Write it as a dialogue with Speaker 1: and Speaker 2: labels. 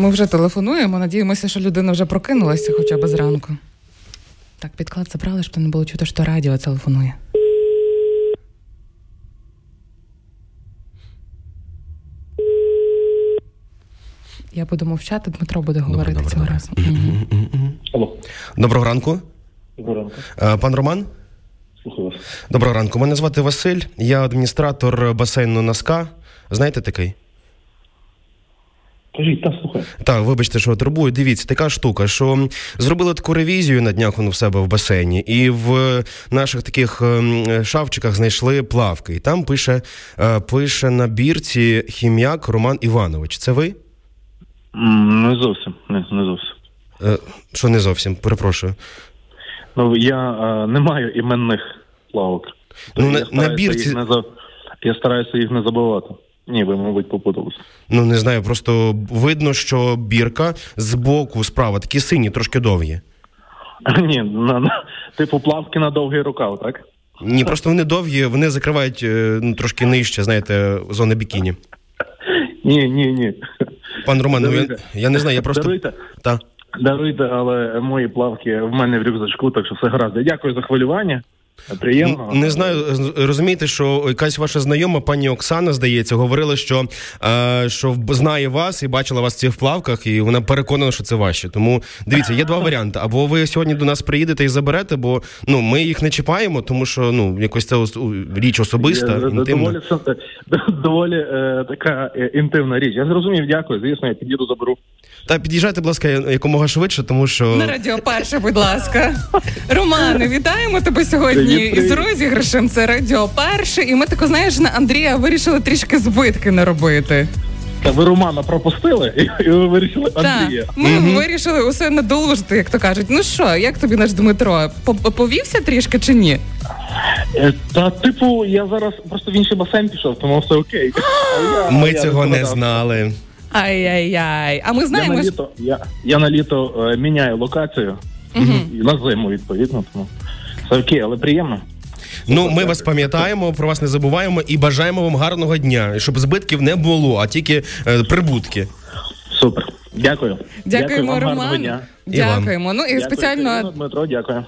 Speaker 1: Ми вже телефонуємо, надіємося, що людина вже прокинулася хоча б зранку. Так, підклад забрали, щоб не було чути, що радіо телефонує. Я буду мовчати, Дмитро буде говорити
Speaker 2: добре,
Speaker 1: цього
Speaker 2: добре.
Speaker 1: разу. Мгм.
Speaker 3: Алло,
Speaker 2: Доброго ранку,
Speaker 3: доброго ранку.
Speaker 2: Е, пан Роман.
Speaker 3: Слухаю вас.
Speaker 2: Доброго ранку. Мене звати Василь. Я адміністратор басейну Наска. Знаєте такий?
Speaker 3: Кажіть, та слухаю.
Speaker 2: Так, вибачте, що турбую. Дивіться, така штука, що зробили таку ревізію на днях воно в себе в басейні, і в наших таких ем, шафчиках знайшли плавки. І там пише, е, пише на бірці хім'як Роман Іванович. Це ви?
Speaker 3: М, Не зовсім, не, не зовсім.
Speaker 2: Е, Що не зовсім, перепрошую.
Speaker 3: Ну я е, не маю іменних плавок.
Speaker 2: Ну,
Speaker 3: Тобто
Speaker 2: на-
Speaker 3: я стараюся
Speaker 2: на бірці-
Speaker 3: їх не за- Я стараюся їх не забувати. Ні, ви, мабуть, попутались.
Speaker 2: Ну не знаю, просто видно, що бірка з боку справа такі сині, трошки довгі.
Speaker 3: Ні, на, на, типу плавки на довгий рукав, так?
Speaker 2: Ні, просто вони довгі, вони закривають е, ну, трошки нижче, знаєте, зони бікіні.
Speaker 3: Ні, ні, ні.
Speaker 2: Пан Роман, ну я,
Speaker 3: Даруйте.
Speaker 2: я не знаю, я просто.
Speaker 3: Даруйте,
Speaker 2: Та.
Speaker 3: даруйте, але мої плавки в мене в рюкзачку, так що все гаразд. Я Дякую за хвилювання. Приємно.
Speaker 2: Не знаю, з- розумієте, що якась ваша знайома, пані Оксана, здається, говорила, що, е, що в- знає вас і бачила вас в цих плавках, і вона переконана, що це ваші. Тому дивіться, є два варіанти. Або ви сьогодні до нас приїдете і заберете, бо ну ми їх не чіпаємо, тому що ну якось це ос- у- річ особиста,
Speaker 3: Е,
Speaker 2: інтимна.
Speaker 3: Доволі, це- доволі е, така е, інтимна річ. Я зрозумів, дякую. Звісно, я під'їду заберу.
Speaker 2: Та під'їжджайте, будь ласка, якомога швидше, тому що
Speaker 1: На радіо перше, будь ласка. Романе, вітаємо тебе сьогодні
Speaker 3: Привіт, привіт.
Speaker 1: із розіграшем. Це радіо перше. І ми тако, знаєш, на Андрія вирішили трішки збитки наробити.
Speaker 3: Та ви Романа пропустили і, і ви вирішили Андрія.
Speaker 1: Так, ми вирішили усе надолужити, як то кажуть. Ну що, як тобі наш Дмитро? По- Повівся трішки чи ні?
Speaker 3: Е, Та типу, я зараз просто в інший басейн пішов, тому все окей. А я-
Speaker 2: ми
Speaker 3: я
Speaker 2: цього не
Speaker 3: розповідав.
Speaker 2: знали.
Speaker 1: Ай-яй-яй. А ми
Speaker 3: Я
Speaker 1: знаємо,
Speaker 3: на
Speaker 1: що...
Speaker 3: літо, я, я на літо е, міняю локацію і на зиму, відповідно. Тому все окей, але приємно.
Speaker 2: Ну, ми вас пам'ятаємо, про вас не забуваємо і бажаємо вам гарного дня, щоб збитків не було, а тільки е, прибутки.
Speaker 3: Супер. Дякую.
Speaker 1: Дякуємо,
Speaker 3: вам, гарного
Speaker 1: Роман.
Speaker 3: дня.
Speaker 1: Дякуємо. Ну і
Speaker 3: Дякую,
Speaker 1: спеціально
Speaker 3: Катерина, Дмитро, дякую.